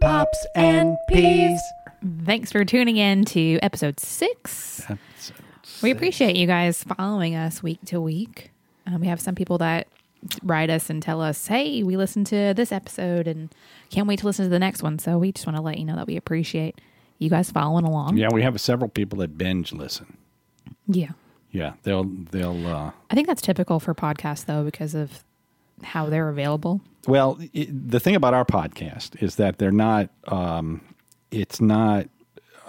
cups and peas. Thanks for tuning in to episode six. We appreciate you guys following us week to week. Um, we have some people that write us and tell us, hey, we listened to this episode and can't wait to listen to the next one. So we just want to let you know that we appreciate you guys following along. Yeah, we have several people that binge listen. Yeah. Yeah, they'll they'll. uh I think that's typical for podcasts, though, because of how they're available. Well, it, the thing about our podcast is that they're not. um It's not.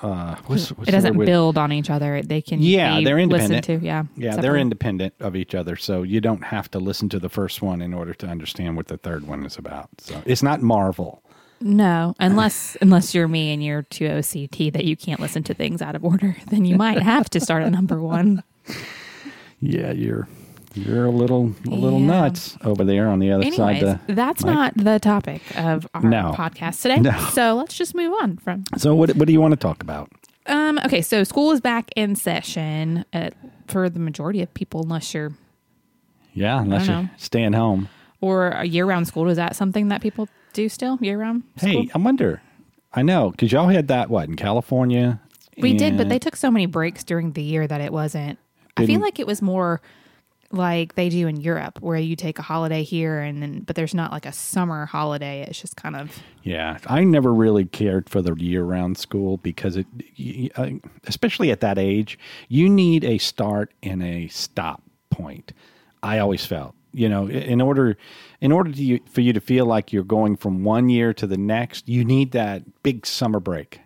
Uh, what's, what's it the doesn't word with- build on each other. They can Yeah, be they're listened independent. to. Yeah, yeah, they're separately. independent of each other, so you don't have to listen to the first one in order to understand what the third one is about. So it's not Marvel. No, unless unless you're me and you're too OCT that you can't listen to things out of order, then you might have to start at number one. Yeah, you're you're a little a little Yeah. nuts over there on the other side. Anyways, of the that's mic. not the topic of our No. podcast today. No. So let's just move on from. So what what do you want to talk about? Um, okay, so school is back in session uh for the majority of people, unless you're Yeah, unless don't you're know. staying home. or a year-round school. Is that something that people do still year-round? school? Hey, I wonder. I know because y'all had that what in California. We did, but and- they took so many breaks during the year that it wasn't. I feel Didn't- like it was more like they do in Europe, where you take a holiday here and then, but there's not like a summer holiday. It's just kind of yeah, I never really cared for the year-round school because it, y- y- I- especially at that age, you need a start and a stop point. I always felt, you know, i- in order, in order to you, for you to feel like you're going from one year to the next, you need that big summer break.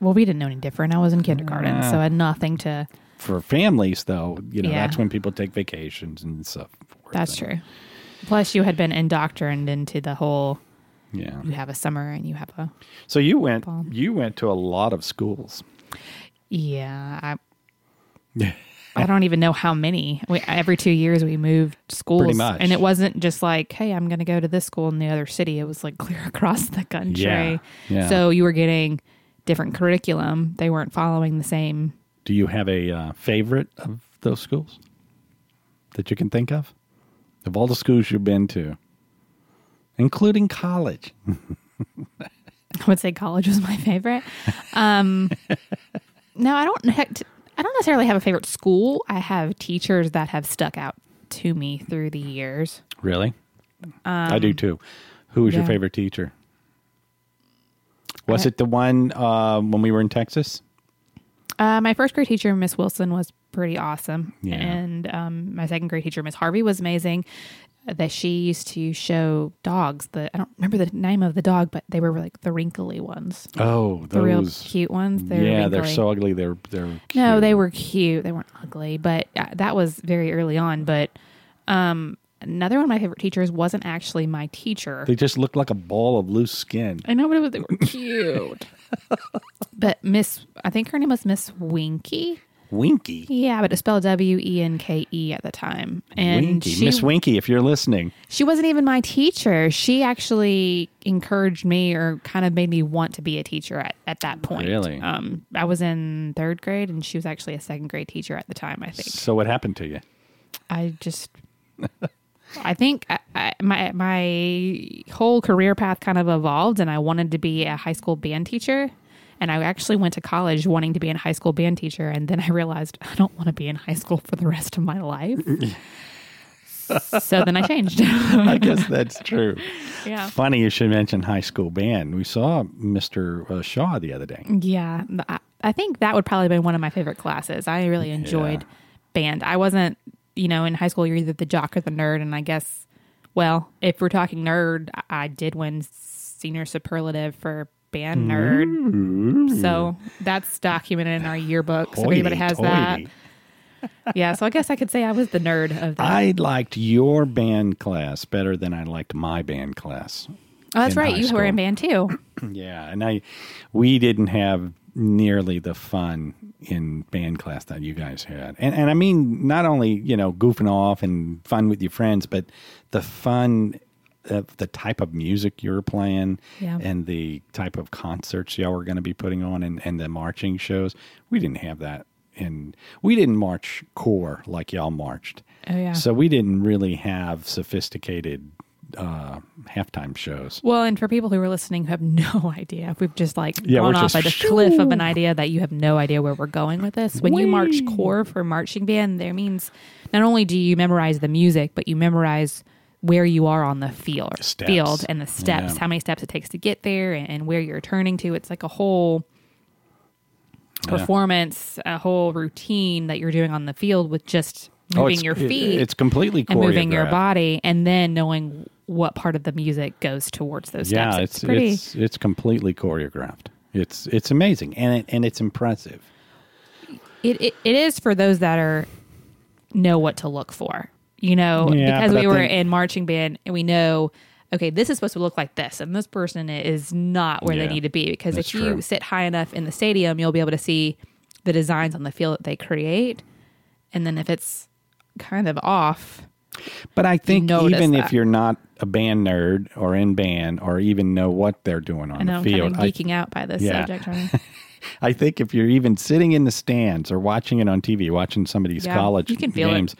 well, we didn't know any different. I was in kindergarten, so I had nothing to. For families, though, you know, Yeah. that's when people take vacations and stuff. That's true. Plus, you had been indoctrined into the whole Yeah. you have a summer and you have a So you went you went to a lot of schools. yeah. I, I don't even know how many. We, every two years we moved schools, much. and it wasn't just like, "Hey, I'm going to go to this school in the other city." It was like clear across the country. Yeah, yeah. So you were getting different curriculum. They weren't following the same. Do you have a uh, favorite of those schools that you can think of? Of all the schools you've been to, including college. I would say college was my favorite. Um, no, I don't. Heck, t- I don't necessarily have a favorite school. I have teachers that have stuck out to me through the years. Really? I do too. Who was your yeah. favorite teacher? Was it the one uh, when we were in Texas? Uh, my first grade teacher, Miss Wilson, was pretty awesome, Yeah. and um, my second grade teacher, Miss Harvey, was amazing. uh, That she used to show dogs. The I don't remember the name of the dog, but they were like the wrinkly ones, Oh, the real those. cute ones. They're yeah, wrinkly. they're so ugly. They're they're. No, cute. they were cute. They weren't ugly, but uh, that was very early on. But um, another one of my favorite teachers wasn't actually my teacher. They just looked like a ball of loose skin. I know, but it was, they were cute. but Miss, I think her name was Miss Winky. Winky. Yeah, but it was spelled W E N K E at the time, and Winky. she Miss Winky, if you're listening. she wasn't even my teacher. She actually encouraged me or kind of made me want to be a teacher at, at that point. Really? um, I was in third grade, and she was actually a second grade teacher at the time. I think So what happened to you? I just. I think I, I, my my whole career path kind of evolved, and I wanted to be a high school band teacher. And I actually went to college wanting to be a high school band teacher, and then I realized I don't want to be in high school for the rest of my life. so then I changed. I guess that's true. yeah, Funny you should mention high school band. We saw Mr. Uh, Shaw the other day. yeah. I, I think that would probably be one of my favorite classes. I really enjoyed band. I wasn't, you know, in high school you're either the jock or the nerd, and I guess, well, if we're talking nerd, I- I did win senior superlative for Hmm. band nerd. So that's documented in our yearbook. So if anybody has that, Hoity-toity. yeah. So I guess I could say I was the nerd of that. I liked your band class better than I liked my band class. oh, that's in right. high You were in school. band too. Yeah, and I we didn't have nearly the fun in band class that you guys had. And and I mean not only, you know, goofing off and fun with your friends, but the fun of the type of music you were playing Yeah. and the type of concerts y'all were going to be putting on and, and the marching shows. We didn't have that. And we didn't march core like y'all marched. Oh yeah. So we didn't really have sophisticated uh, halftime shows. Well, and for people who are listening who have no idea, if we've just like Yeah, gone we're off just at a cliff of an idea that you have no idea where we're going with this, when you march core for marching band, there means not only do you memorize the music, but you memorize where you are on the field, Steps. field and the steps, Yeah. how many steps it takes to get there, and, and where you're turning to. It's like a whole performance, a whole routine that you're doing on the field with just Oh, moving it's- your it- feet it's completely and moving your choreographed. body and then knowing what part of the music goes towards those steps. Yeah, it's, it's pretty it's it's completely choreographed. It's it's amazing and it, and it's impressive. it, it, it is for those that are know what to look for. You know, Yeah, because but we I were think- in marching band and we know okay, this is supposed to look like this and this person is not where Yeah, they need to be because if that's you true. sit high enough in the stadium, you'll be able to see the designs on the field that they create. And then if it's kind of off, But I think notice even if that. you're not a band nerd or in band or even know what they're doing on I know the I'm field, kind of I geeking out by this Yeah. subject. Ryan. I think if you're even sitting in the stands or watching it on TV, watching somebody's Yeah, college you can feel it. games,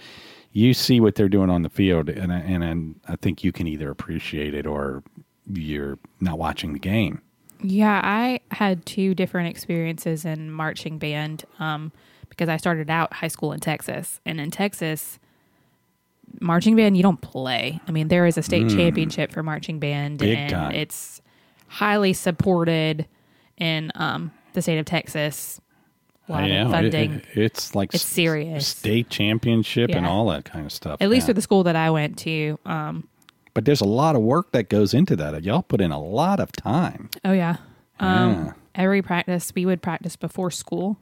you see what they're doing on the field, and I- and and I think you can either appreciate it or you're not watching the game. Yeah, I had two different experiences in marching band um, because I started out high school in Texas. And in Texas, marching band, you don't play. I mean, there is a state championship for marching band, Hmm. Big and time. it's highly supported in um, the state of Texas. A lot I of know, it- funding. it- it's like It's s- serious. state championship and Yeah. all that kind of stuff. At least now. for the school that I went to. Um, but there's a lot of work that goes into that. Y'all put in a lot of time. oh, yeah. Um, Yeah. Every practice, we would practice before school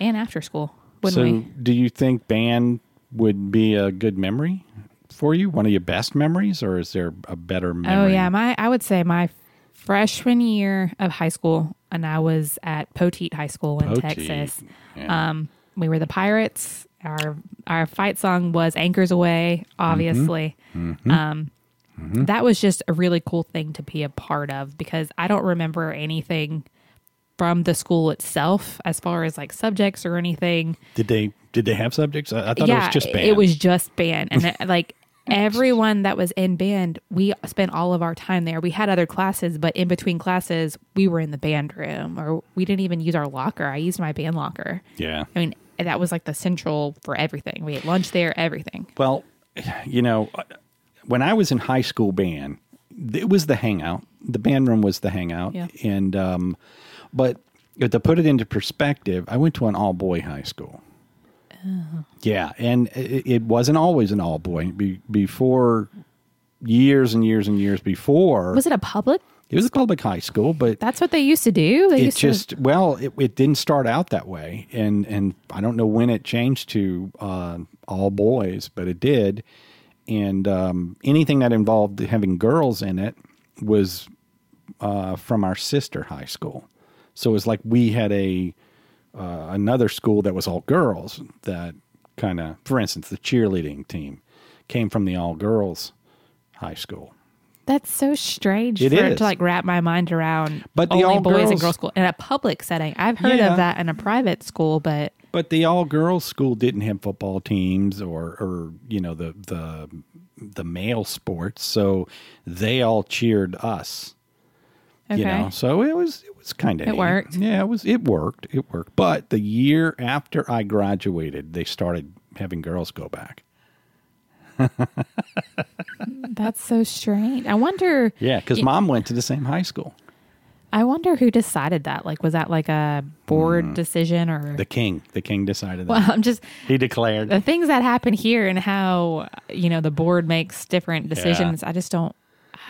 and after school, wouldn't so, we? do you think band would be a good memory for you? One of your best memories, or is there a better memory? Oh yeah, my I would say my freshman year of high school, and I was at Poteet High School in Poteet, Texas. yeah. Um, we were the Pirates. Our our fight song was "Anchors Away," obviously. Mm-hmm. Um, That was just a really cool thing to be a part of because I don't remember anything from the school itself as far as like subjects or anything Did they did they have subjects? I, I thought it was just band. it was just band, and it- like everyone that was in band, we spent all of our time there. We had other classes, but in between classes, we were in the band room, or we didn't even use our locker. I used my band locker. yeah. I mean, that was like the central for everything. We ate lunch there, everything. Well, you know, when I was in high school band, it was the hangout. The band room was the hangout, Yeah. and um, but to put it into perspective, I went to an all boy high school. Uh-huh. Yeah, and it, it wasn't always an all boy. Be, before years and years and years before, Was it a public? it was a public high school, but That's what they used to do. They it used just well it, it didn't start out that way and and i don't know when it changed to uh, all boys but it did and um, anything that involved having girls in it was uh, from our sister high school so it was like we had a uh, another school that was all girls that kind of for instance the cheerleading team came from the all girls high school to. That's so strange It for it is. to like wrap my mind around. But the only all boys and girls- girls school in a public setting. I've heard Yeah. of that in a private school, but But the all girls school didn't have football teams or or you know the the the male sports, so they all cheered us. okay. You know, so it was it was kind of It worked. Yeah, it was it worked. It worked. But the year after I graduated, they started having girls go back. That's so strange. I wonder. Yeah, because mom went to the same high school. I wonder who decided that. Like, was that like a board decision or? Mm. The king, the king decided that. well, I'm just he declared. the things that happen here and how you know the board makes different decisions. I just don't.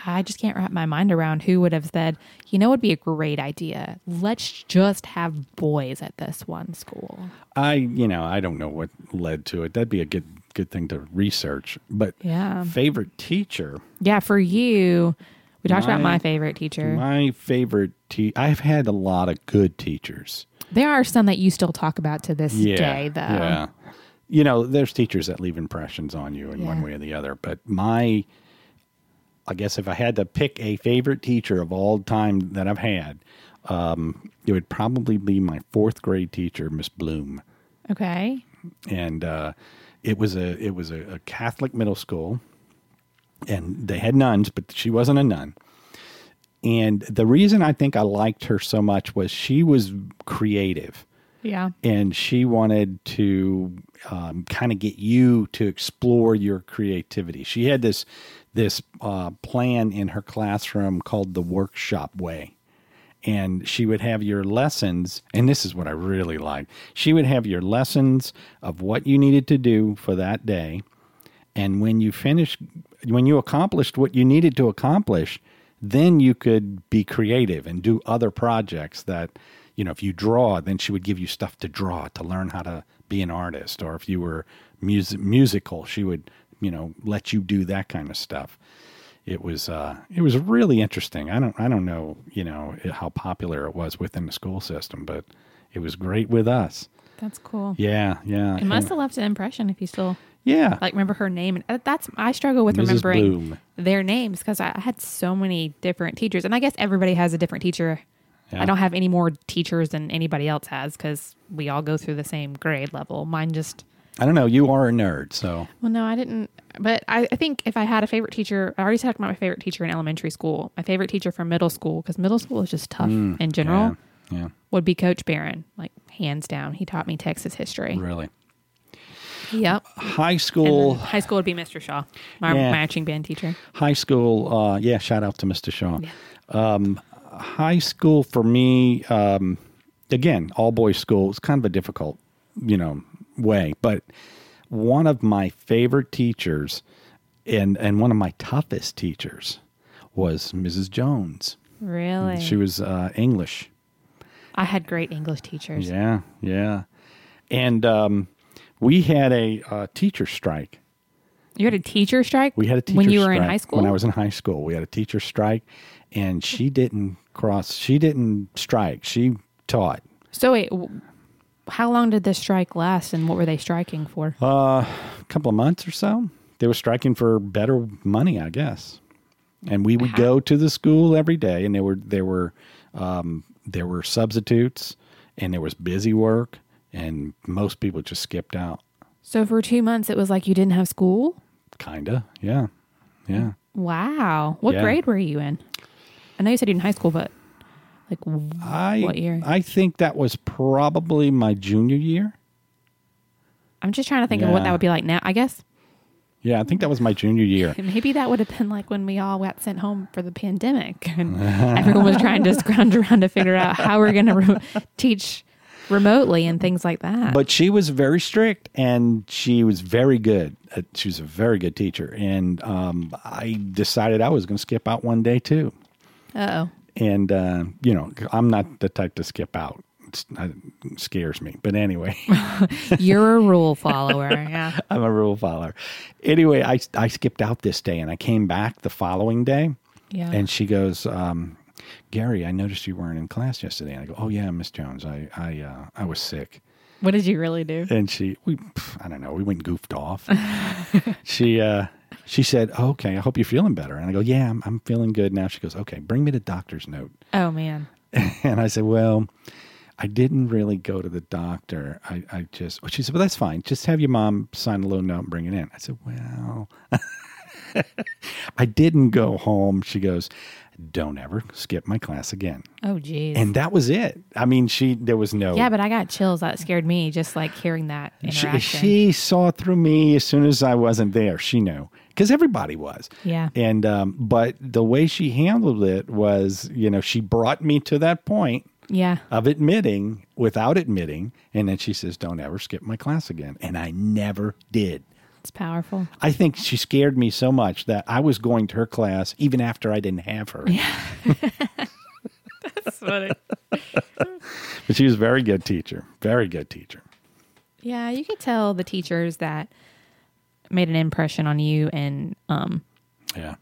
I just can't wrap my mind around who would have said, you know, it would be a great idea. Let's just have boys at this one school. I you know I don't know what led to it. That'd be a good good thing to research. But Yeah. favorite teacher. Yeah, for you, we talked about My- my favorite teacher. My favorite te- I've had a lot of good teachers. there are some that you still talk about to this day, though. Yeah. You know, there's teachers that leave impressions on you in one Yeah. way or the other, but my I guess if I had to pick a favorite teacher of all time that I've had, um, it would probably be my fourth grade teacher, Miss Bloom. Okay. and uh, it was a it was a, a Catholic middle school, and they had nuns, but she wasn't a nun. And the reason I think I liked her so much was she was creative Yeah. and she wanted to um, kind of get you to explore your creativity. She had this this uh, plan in her classroom called the workshop way, and she would have your lessons. And this is what I really liked. She would have your lessons of what you needed to do for that day, and when you finished, when you accomplished what you needed to accomplish, then you could be creative and do other projects that, you know, if you draw, then she would give you stuff to draw to learn how to be an artist. Or if you were music, musical, she would, you know, let you do that kind of stuff. It was uh, it was really interesting. I don't I don't know you know how popular it was within the school system, but it was great with us. That's cool. Yeah, yeah. It must have left an impression if you still yeah. like remember her name. And uh, that's I struggle with Mrs. remembering Bloom. their names because I I had so many different teachers, and I guess everybody has a different teacher. Yeah. I don't have any more teachers than anybody else has because we all go through the same grade level. Mine just I don't know. You are a nerd, so Well, no, I didn't. But I, I think if I had a favorite teacher, I already talked about my favorite teacher in elementary school. My favorite teacher from middle school, because middle school is just tough in general, Mm, yeah. yeah. would be Coach Barron, like hands down. He taught me Texas history. Really. Yep. High And school, then high school would be Mr. Shaw, my Yeah. marching band teacher. high school, uh, yeah, shout out to Mr. Shaw. Um, high school for me, um, again, all boys school is kind of a difficult, you know, way, but one of my favorite teachers and, and one of my toughest teachers was Mrs. Jones. Really? She was uh, English. I had great English teachers. Yeah, yeah. And um, we had a uh, teacher strike You had a teacher strike? We had a teacher When you were in strike high school? When I was in high school, we had a teacher strike, and she didn't cross. She didn't strike. She taught. So, wait, w- how long did this strike last and what were they striking for? Uh, A couple of months or so, they were striking for better money, I guess. And we would Wow. go to the school every day, and there were there were um, there were substitutes, and there was busy work, and most people just skipped out. so, for two months, it was like you didn't have school? Kinda, yeah, yeah. Wow. What Yeah. grade were you in? I know you said you were in high school, but like, w- I What year? I think that was probably my junior year. I'm just trying to think of what Yeah. that would be like now. I guess Yeah, I think that was my junior year. maybe that would have been like when we all got sent home for the pandemic and everyone was trying to scrounge around to figure out how we're going to re- teach remotely and things like that. but she was very strict and she was very good at, she was a very good teacher and um, i decided i was going to skip out one day too oh. and uh, you know i'm not the type to skip out it's, it scares me but anyway You're a rule follower. Yeah. i'm a rule follower anyway I, I skipped out this day and i came back the following day Yeah. and she goes um, gary i noticed you weren't in class yesterday and i go oh yeah miss jones i i uh, i was sick what did you really do? and she we pff, i don't know we went and goofed off she uh she said okay i hope you're feeling better and i go yeah I'm, I'm feeling good now she goes okay bring me the doctor's note Oh, man. and i said well i didn't really go to the doctor i, I just well, she said well that's fine just have your mom sign a little note and bring it in i said well i didn't go home she goes don't ever skip my class again Oh, geez. and that was it i mean she there was no yeah, but I got chills. That scared me just like hearing that she, interaction. she saw through me as soon as I wasn't there. She knew because everybody was. Yeah. And um, but the way she handled it was, you know, she brought me to that point yeah. of admitting without admitting, and then she says, "Don't ever skip my class again," and I never did. It's powerful. I think she scared me so much that I was going to her class even after I didn't have her. That's funny. But she was a very good teacher, very good teacher. Yeah, you could tell the teachers that made an impression on you and um, Yeah.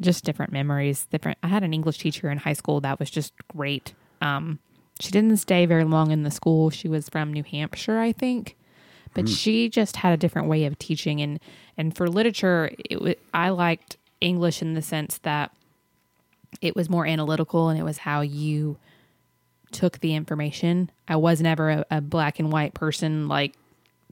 just different memories. Different. I had an English teacher in high school that was just great. Um, she didn't stay very long in the school. She was from New Hampshire, I think, but she just had a different way of teaching. And and for literature, it wa I liked English in the sense that it was more analytical and it was how you took the information. I was never a, a black and white person like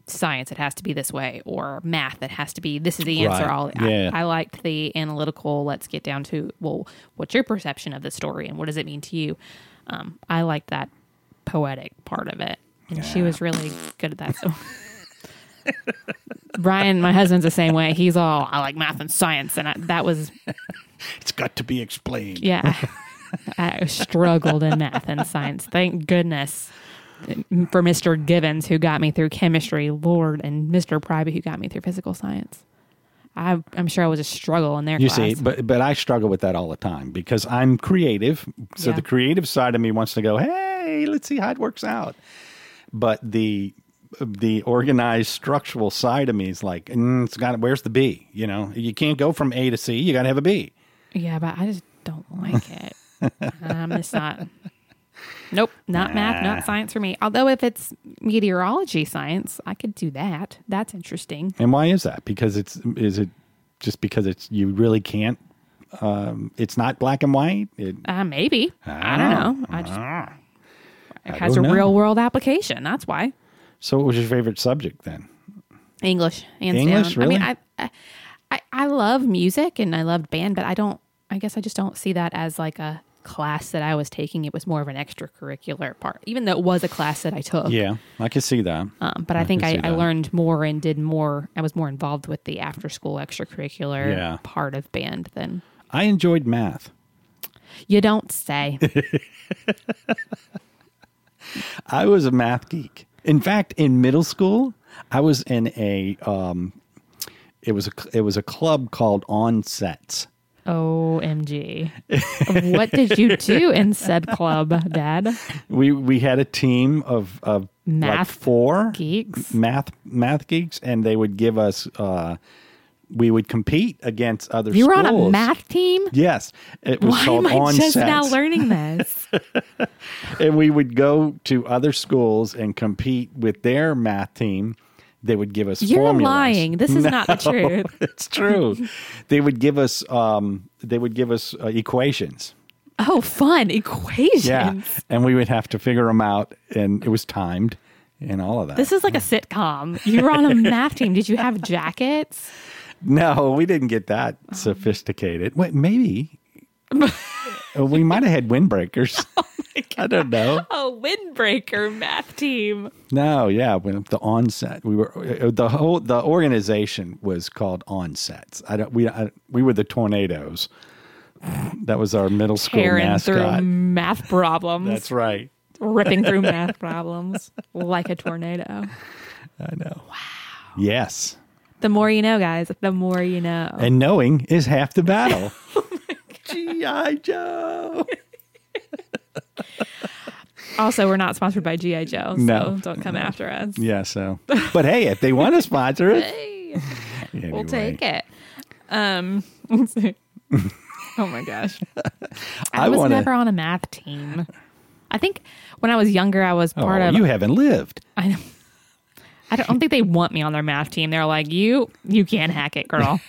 science it has to be this way or math it has to be this is the answer Right. all Yeah. I, I liked the analytical let's get down to well what's your perception of the story and what does it mean to you um, i liked that poetic part of it and she was really good at that so brian my husband's the same way he's all i like math and science and I, that was It's got to be explained. yeah i struggled in math and science thank goodness for mr givens who got me through chemistry lord and mr private who got me through physical science I, i'm sure i was a struggle in their You class see, but but I struggle with that all the time because I'm creative. So Yeah. the creative side of me wants to go, hey, let's see how it works out. But the the organized structural side of me is like, mm, it's got where's the B? You know, you can't go from A to C. You got to have a B. yeah but i just don't like it i'm just not nope not math Nah. not science for me although if it's meteorology science i could do that that's interesting And why is that? Because it's is it just because it's you really can't. Um, it's not black and white. It, Uh, maybe. I don't know. I just, it has a Ah. don't know. real world application. That's why. so, what was your favorite subject then? English, hands English, down. I really? mean, I, I, I love music and I love band, but I don't, I guess I just don't see that as like a class that I was taking. It was more of an extracurricular part, even though it was a class that I took. Yeah, I can see that. Um, but I, think can I, see I that. learned more and did more. I was more involved with the after school extracurricular Yeah. part of band than I enjoyed math. you don't say. I was a math geek. In fact, in middle school, I was in a um, it was a it was a club called On Sets. OMG. what did you do in said club, Dad? We we had a team of of like Math four geeks? math math geeks, and they would give us uh, we would compete against other. You were on a schools. math team? Yes, it was Why called am I On just Sets. now learning this? and we would go to other schools and compete with their math team. They would give us You're formulas. lying. This is not the truth. it's true. they would give us um, they would give us uh, equations. Oh, fun equations. Yeah, and we would have to figure them out, and it was timed and all of that. This is like a sitcom. You were on a math team. Did you have jackets? no, we didn't get that sophisticated. Wait, maybe Uh, we might have had windbreakers. Oh I don't know. A windbreaker math team. No, yeah, when the onset we were uh, the whole the organization was called Onsets. I don't we I, we were the tornadoes. That was our middle school Tearing mascot. through math problems. That's right. Ripping through math problems like a tornado. I know. Wow. Yes. The more you know, guys, the more you know. And knowing is half the battle. Oh G.I. Joe. Also, we're not sponsored by G.I. Joe, so No. don't come after us. Yeah, so. But hey, if they want to sponsor it, Hey, anyway. we'll take it. Um, oh my gosh. I, I was wanna- never on a math team. I think when I was younger, I was Oh, part of. you haven't lived. I, don't- I don't think they want me on their math team. They're like, you, you can't hack it, girl.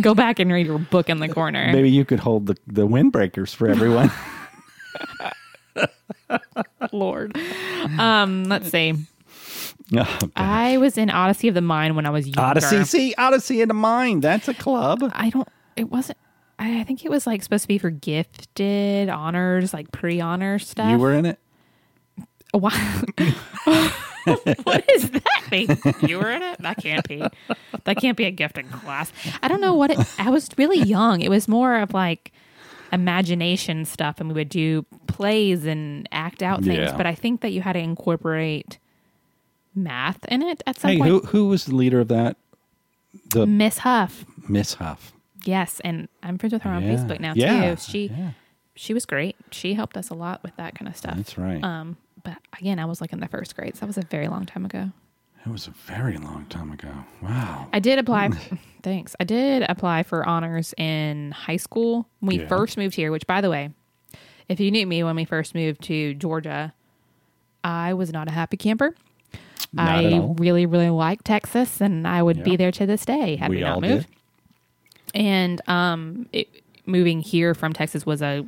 Go back and read your book in the corner. Maybe you could hold the, the windbreakers for everyone. Lord. Um, let's see. Oh, I was in Odyssey of the Mind when I was younger. Odyssey. See, Odyssey in the Mind. That's a club. I don't. It wasn't. I I think it was like supposed to be for gifted honors, like pre-honor stuff. You were in it? Why? what does that mean? You were in it. That can't be. That can't be a gifted class. I don't know what it. I was really young. It was more of like imagination stuff, and we would do plays and act out things. Yeah. But I think that you had to incorporate math in it at some Hey, point. who who was the leader of that? The Miss Huff. Miss Huff. Yes, and I'm friends with her on Yeah. Facebook now Yeah. too. She Yeah. she was great. She helped us a lot with that kind of stuff. That's right. Um, but again, I was like in the first grade, so that was a very long time ago. That was a very long time ago. Wow. I did apply. Mm. thanks. I did apply for honors in high school when we Yeah. first moved here. Which, by the way, if you knew me when we first moved to Georgia, I was not a happy camper. Not I at all. really, really liked Texas, and I would be Yeah. there to this day had we, We not all moved. And um, it, moving here from Texas was a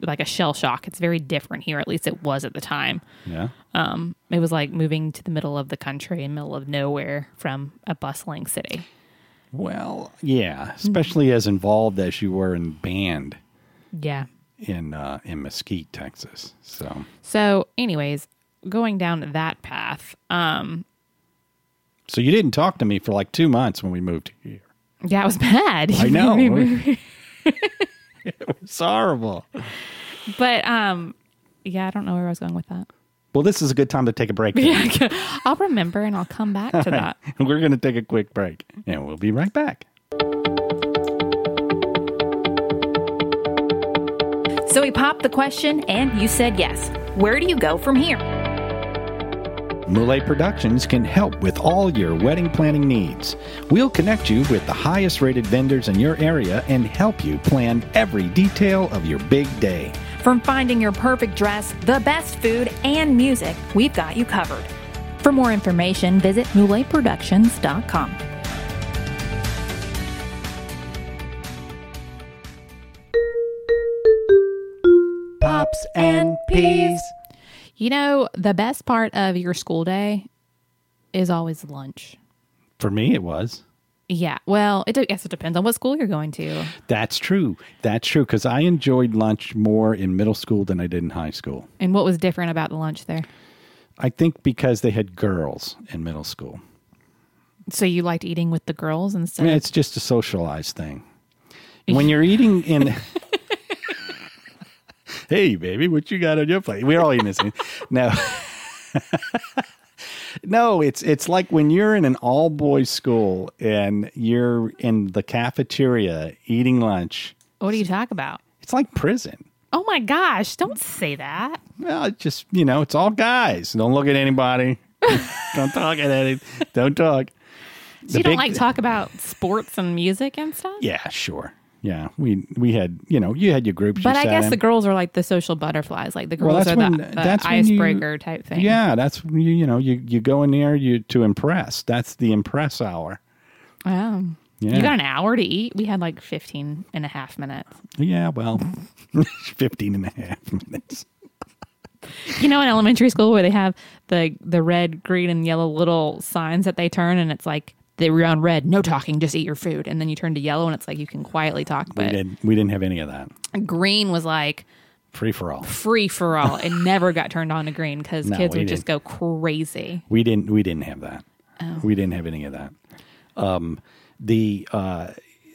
like a shell shock. It's very different here. At least it was at the time. Yeah. Um, it was like moving to the middle of the country and middle of nowhere from a bustling city. Well, yeah, especially as involved as you were in band Yeah. in uh, in Mesquite, Texas. So So, anyways, going down that path, um, so you didn't talk to me for like two months when we moved here. Yeah, I was mad. I know. it was horrible. but um yeah, I don't know where I was going with that. Well, this is a good time to take a break. then. I'll remember and I'll come back to that. We're going to take a quick break and we'll be right back. So we popped the question and you said yes. Where do you go from here? Moulet Productions can help with all your wedding planning needs. We'll connect you with the highest rated vendors in your area and help you plan every detail of your big day. From finding your perfect dress, the best food, and music, we've got you covered. For more information, visit MouletProductions.com. Pops and peas. You know, the best part of your school day is always lunch. For me, it was. Yeah. Well, it I guess it depends on what school you're going to. That's true. That's true. Because I enjoyed lunch more in middle school than I did in high school. And what was different about the lunch there? I think because they had girls in middle school. So you liked eating with the girls I instead mean, it's just a socialized thing. When you're eating in, hey baby, what you got on your plate? We're all eating this. No, no, it's it's like when you're in an all boys school and you're in the cafeteria eating lunch. What do you talk about? It's like prison. Oh my gosh, don't say that. Well, it just you know, it's all guys. Don't look at anybody. don't talk at any. Don't talk. So you don't like talk about sports and music and stuff? Yeah, sure. Yeah, we we had you know you had your groups. you But I sat guess in. the girls are like the social butterflies. Like the Well, girls that's are the, when- the that's when you- icebreaker type thing. Yeah, that's you. You know, you you go in there you to impress. That's the impress hour. Wow. Yeah. You got an hour to eat. We had like 15 and a half minutes. Yeah, well, 15 and a half minutes. You know, in elementary school where they have the the red, green, and yellow little signs that they turn, and it's like they were on red, no talking, just eat your food. And then you turn to yellow, and it's like you can quietly talk. We But did. We didn't have any of that. green was like Free for all. free for all. It never got turned on to green because No, kids we would just go crazy. We didn't. We didn't have that. We didn't have any of that. Um, the uh,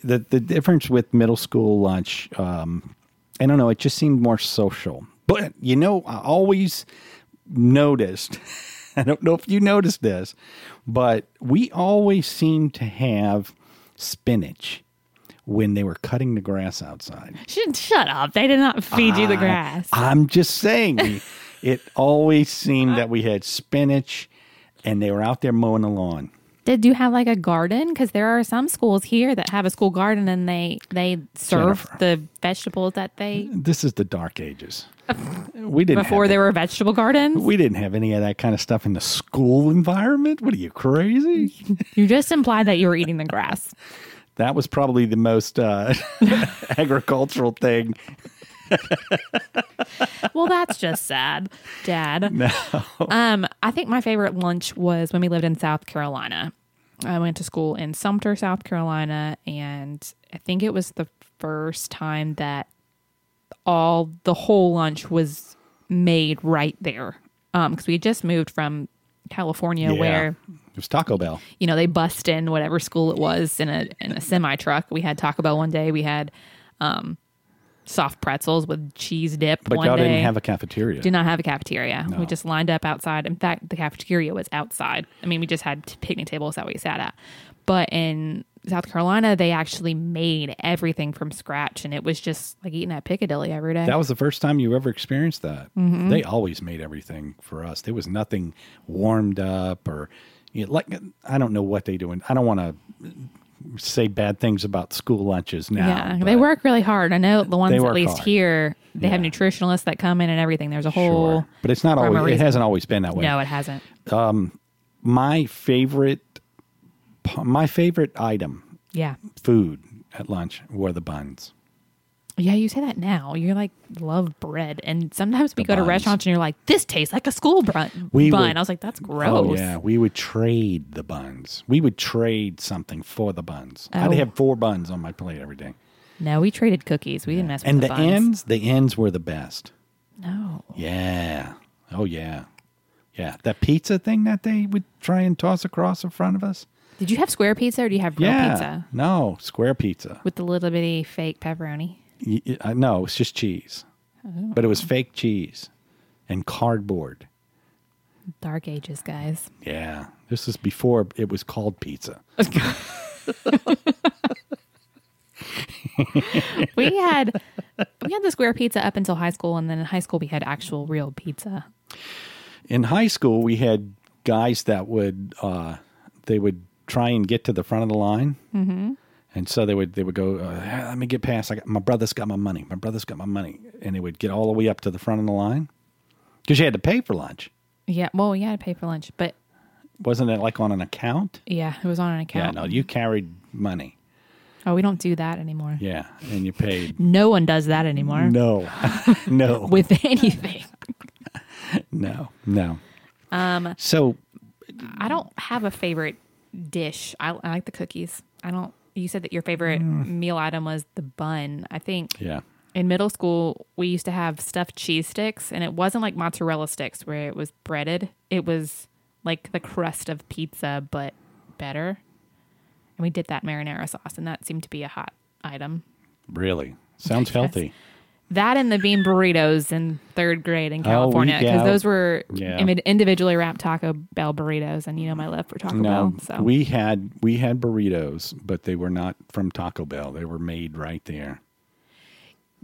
the the difference with middle school lunch. Um, I don't know. It just seemed more social. But you know, I always noticed. I don't know if you noticed this, but we always seemed to have spinach when they were cutting the grass outside. Shut, shut up. They did not feed you the grass. I'm just saying, we- it always seemed that we had spinach, and they were out there mowing the lawn. Did you have like a garden? Because there are some schools here that have a school garden and they they serve Jennifer. the vegetables that they This is the dark ages. We didn't before have, there were vegetable gardens. we didn't have any of that kind of stuff in the school environment. What are you crazy? You just implied that you were eating the grass. That was probably the most uh, agricultural thing. Well, that's just sad, Dad. No. Um, I think my favorite lunch was when we lived in South Carolina. I went to school in Sumter, South Carolina, and I think it was the first time that all the whole lunch was made right there. Um, because we had just moved from California where Yeah. it was Taco Bell. you know, they bust in whatever school it was in a in a semi truck. We had Taco Bell one day. We had um, soft pretzels with cheese dip But one y'all day. didn't have a cafeteria. Did not have a cafeteria. We just lined up outside. In fact, the cafeteria was outside. I mean, we just had t- picnic tables that we sat at. But in South Carolina, they actually made everything from scratch, and it was just like eating at Piccadilly every day. that was the first time you ever experienced that. Mm-hmm. They always made everything for us. There was nothing warmed up or you know, like I don't know what they do. And I don't want to say bad things about school lunches now. yeah, but- they work really hard. I know the ones They at work least hard. here, they have Yeah. nutritionalists that come in and everything. There's a whole. Sure. But it's not rhyme or always. It reason. hasn't always been that way. No, it hasn't. my favorite p- my favorite item Yeah. food at lunch were the buns Yeah, you say that now. You're like love bread, and sometimes we The go to buns. restaurants and you're like, "This tastes like a school bun." We bun. would- I was like, "That's gross." Oh yeah, we would trade the buns. We would trade something for the buns. Oh. I'd have four buns on my plate every day, No, we traded cookies. We didn't mess with and the, the, buns. ends, the ends were the best. No, Yeah. Oh yeah, yeah. That pizza thing that they would try and toss across in front of us. did you have square pizza or do you have real yeah. pizza No square pizza. with the little bitty fake pepperoni? Y- y- uh, No, it's just cheese, but it was fake cheese and cardboard. Dark ages, guys. Yeah, this is before it was called pizza. we had we had the square pizza up until high school, and then in high school we had actual real pizza. in high school we had guys that would uh, they would try and get to the front of the line mm-hmm. and so they would they would go uh, "Ah, let me get past I got, my brother's got my money my brother's got my money and they would get all the way up to the front of the line because you had to pay for lunch Yeah, well, you had to pay for lunch, but wasn't it like on an account yeah, it was on an yeah account. no you carried money Oh, we don't do that anymore. yeah and you paid No one does that anymore no no with anything. no no um so I don't have a favorite dish. I, I like the cookies. I don't. You said that your favorite meal item was the bun. I think Mm. yeah in middle school we used to have stuffed cheese sticks, and it wasn't like mozzarella sticks where it was breaded. It was like the crust of pizza, but better. And we did that marinara sauce, and that seemed to be a hot item. really sounds healthy That and the bean burritos in third grade in California because yeah. those were Oh, Yeah. imi- individually wrapped Taco Bell burritos, and you know my love for Taco No, Bell. So we had we had burritos, but they were not from Taco Bell. They were made right there.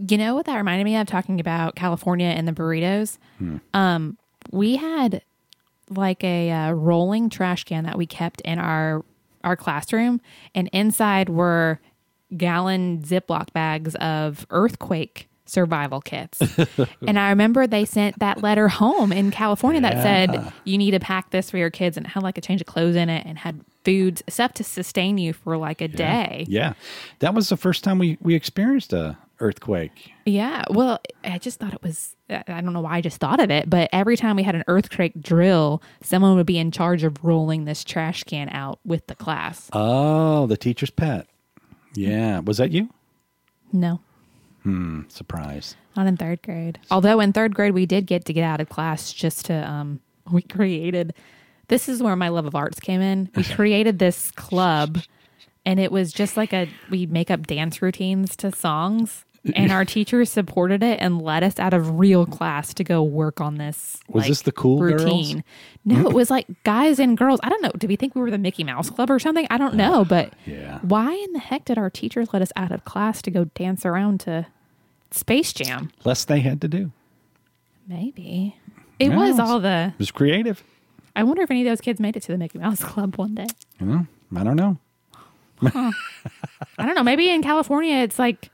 You know what that reminded me of talking about California and the burritos? Um, we had like a uh, rolling trash can that we kept in our our classroom, and inside were gallon Ziploc bags of earthquake survival kits. and I remember they sent that letter home in California that said you need to pack this for your kids, and it had like a change of clothes in it, and had foods stuff to sustain you for like a day. Yeah, that was the first time we we experienced a earthquake. Yeah. Well, I just thought it was, I I don't know why I just thought of it, but every time we had an earthquake drill, someone would be in charge of rolling this trash can out with the class. Oh, the teacher's pet. Yeah, was that you? No, Mm, Surprise. not in third grade. Although in third grade, we did get to get out of class just to, um, we created, this is where my love of arts came in. We created this club and it was just like a, we make up dance routines to songs. And our teachers supported it and let us out of real class to go work on this. Was like, this the cool routine. girls? No, it was like guys and girls. I don't know. Did we think we were the Mickey Mouse Club or something? I don't know. But yeah. why in the heck did our teachers let us out of class to go dance around to Space Jam? Less they had to do. Maybe. It was Yeah. all the. It was creative. I wonder if any of those kids made it to the Mickey Mouse Club one day. You know, I don't know. I don't know. Maybe in California, it's like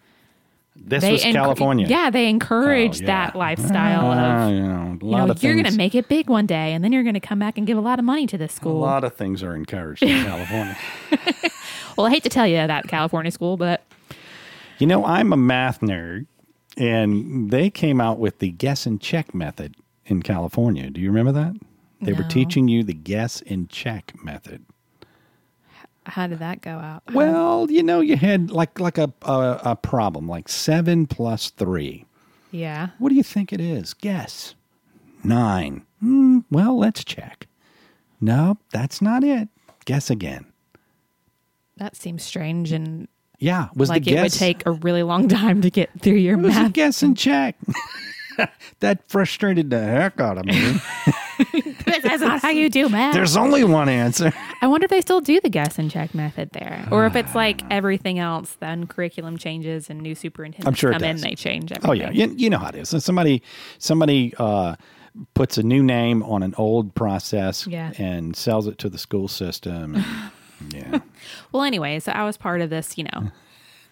This they was enc- California. Yeah, they encourage Oh, yeah. that lifestyle Ah, of you know, a you lot know of things. you're going to make it big one day, and then you're going to come back and give a lot of money to this a school. lot of things are encouraged in California. Well, I hate to tell you that California school, but You know, I'm a math nerd, and they came out with the guess and check method in California. Do you remember that? They were No. teaching you the guess and check method. how did that go out? Well, you know, you had like like a a, a problem, like seven plus three. Yeah. What do you think it is? Guess nine. Hmm, well, let's check. No, that's not it. Guess again. That seems strange and Yeah, was like the it guess would take a really long time to get through your It was a math. guess and check. that frustrated the heck out of me. That's not how you do math. There's only one answer. I wonder if they still do the guess and check method there. Or if it's Ah. like everything else, then curriculum changes and new superintendents I'm sure it come in, does. they change everything. Oh yeah, you, you know how it is. So somebody somebody uh, puts a new name on an old process Yeah. and sells it to the school system. and- yeah, Well, anyway, so I was part of this, you know,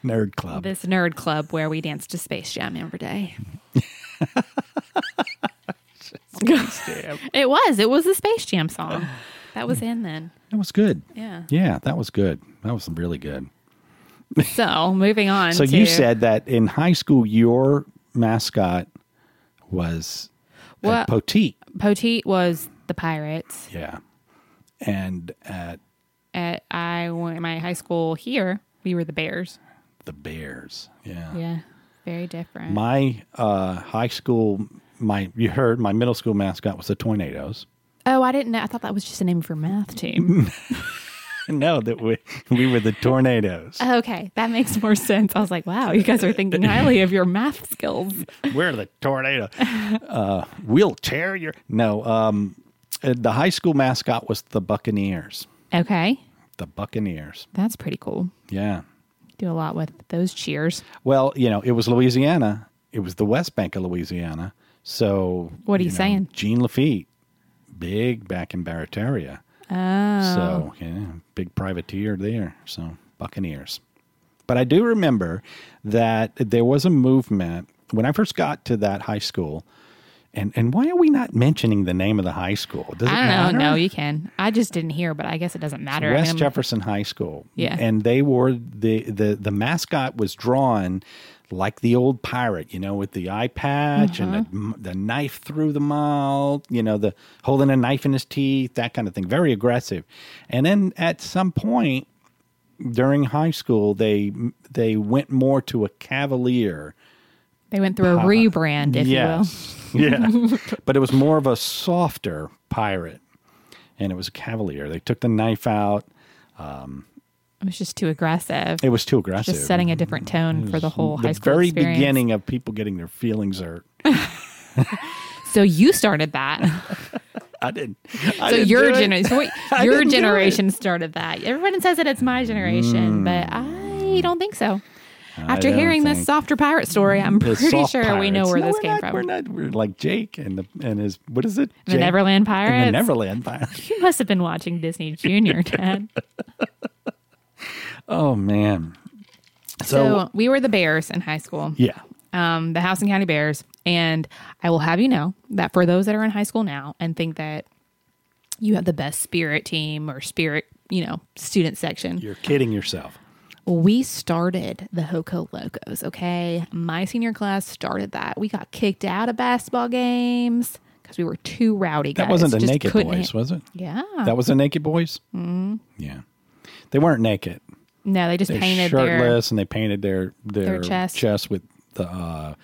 nerd club. this nerd club where we danced to Space Jam every day. it was. It was the Space Jam song. That was in then. That was good. Yeah. Yeah, that was good. That was really good. So moving on. So to, you said that in high school, your mascot was Well- a poteet. Poteet was the Pirates. Yeah. And at At I went my high school here. We were the Bears. the Bears. Yeah. Yeah, very different. My uh, high school, my you heard my middle school mascot was the Tornadoes. oh, I didn't know. I thought that was just a name for math team. No, that we we were the Tornadoes. okay, that makes more sense. I was like, wow, you guys are thinking highly of your math skills. We're the tornado. Uh, we'll tear your. No, um, uh, the high school mascot was the Buccaneers. Okay, The Buccaneers. that's pretty cool. Yeah. Do a lot with those cheers. Well, you know, it was Louisiana. It was the West Bank of Louisiana. So What are you know, saying? Gene Lafitte, big back in Barataria. Oh. So yeah, big privateer there. So Buccaneers. But I do remember that there was a movement when I first got to that high school. And and why are we not mentioning the name of the high school? Does it I don't matter? know. No, you can. I just didn't hear, but I guess it doesn't matter. I West mean, Jefferson High School. Yeah. And they wore the, the the mascot was drawn like the old pirate, you know, with the eye patch Uh-huh. and the, the knife through the mouth, you know, the holding a knife in his teeth, that kind of thing. Very aggressive. And then at some point during high school, they they went more to a cavalier. they went through a rebrand, if yes. yeah. But it was more of a softer pirate. And it was a cavalier. They took the knife out. you will. It was just too aggressive. It was too aggressive. just setting a different tone for the whole high the school very experience. beginning of people getting their feelings hurt. So you started that. I didn't. so your generation, your didn't do it. generation started that. Everyone says that it's my generation, but I don't think so. After Hmm. don't hearing this think- soft pirate story, I'm pretty sure we know where this came from. We're not. We're like Jake and the and his what is it? the Jake- Neverland Pirates. And the Neverland Pirates. you must have been watching Disney Junior, Dad. Oh man. So, so we were the Bears in high school. yeah, um, the House and County Bears. And I will have you know that for those that are in high school now and think that you have the best spirit team or spirit, you know, student section, you're kidding yourself. we started the Hoco Locos, okay? My senior class started that. We got kicked out of basketball games because we were too rowdy That guys. wasn't the Just Naked couldn't Boys, ha- was it? yeah. That was the Naked Boys. Mm-hmm. Yeah, they weren't naked. no, they just They're painted their shirtless, and they painted their their, chest. with the. Uh,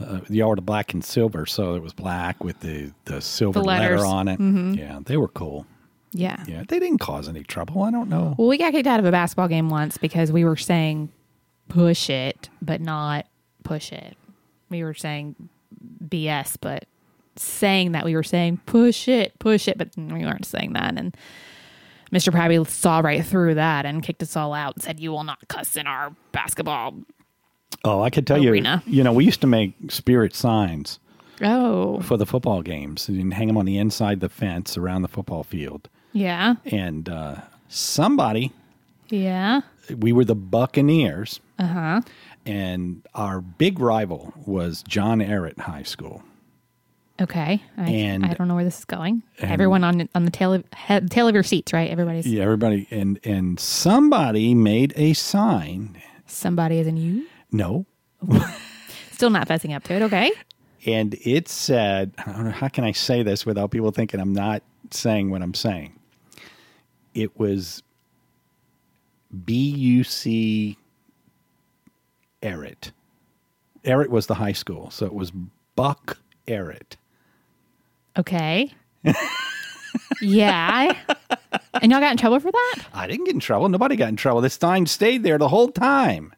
uh, the art of black and silver, so it was black with the the silver letters. Mm-hmm. letter on it. Yeah, they were cool. yeah. Yeah, they didn't cause any trouble. I don't know. Well, we got kicked out of a basketball game once because we were saying push it, but not push it. We were saying BS, but saying that we were saying push it, push it, but we weren't saying that. And Mr. Prabby saw right through that and kicked us all out and said, You will not cuss in our basketball. Oh, I could tell Arena. you. You know, we used to make spirit signs Oh, for the football games and hang them on the inside the fence around the football field. yeah. And uh, somebody, Yeah. we were the Buccaneers. Uh huh. Uh-huh. And our big rival was John Errett High School. Okay. I, And- I don't know where this is going. Everyone on on the tail of, head, tail of your seats, right? Everybody's Yeah, everybody. And and somebody made a sign. somebody is in you. No, Still not fessing up to it. Okay. and it said, I don't know, how can I say this without people thinking I'm not saying what I'm saying? It was BUC Errett. Errett was the high school, so it was Buck Errett. Okay. yeah. And y'all got in trouble for that? I didn't get in trouble. Nobody got in trouble. This sign stayed there the whole time.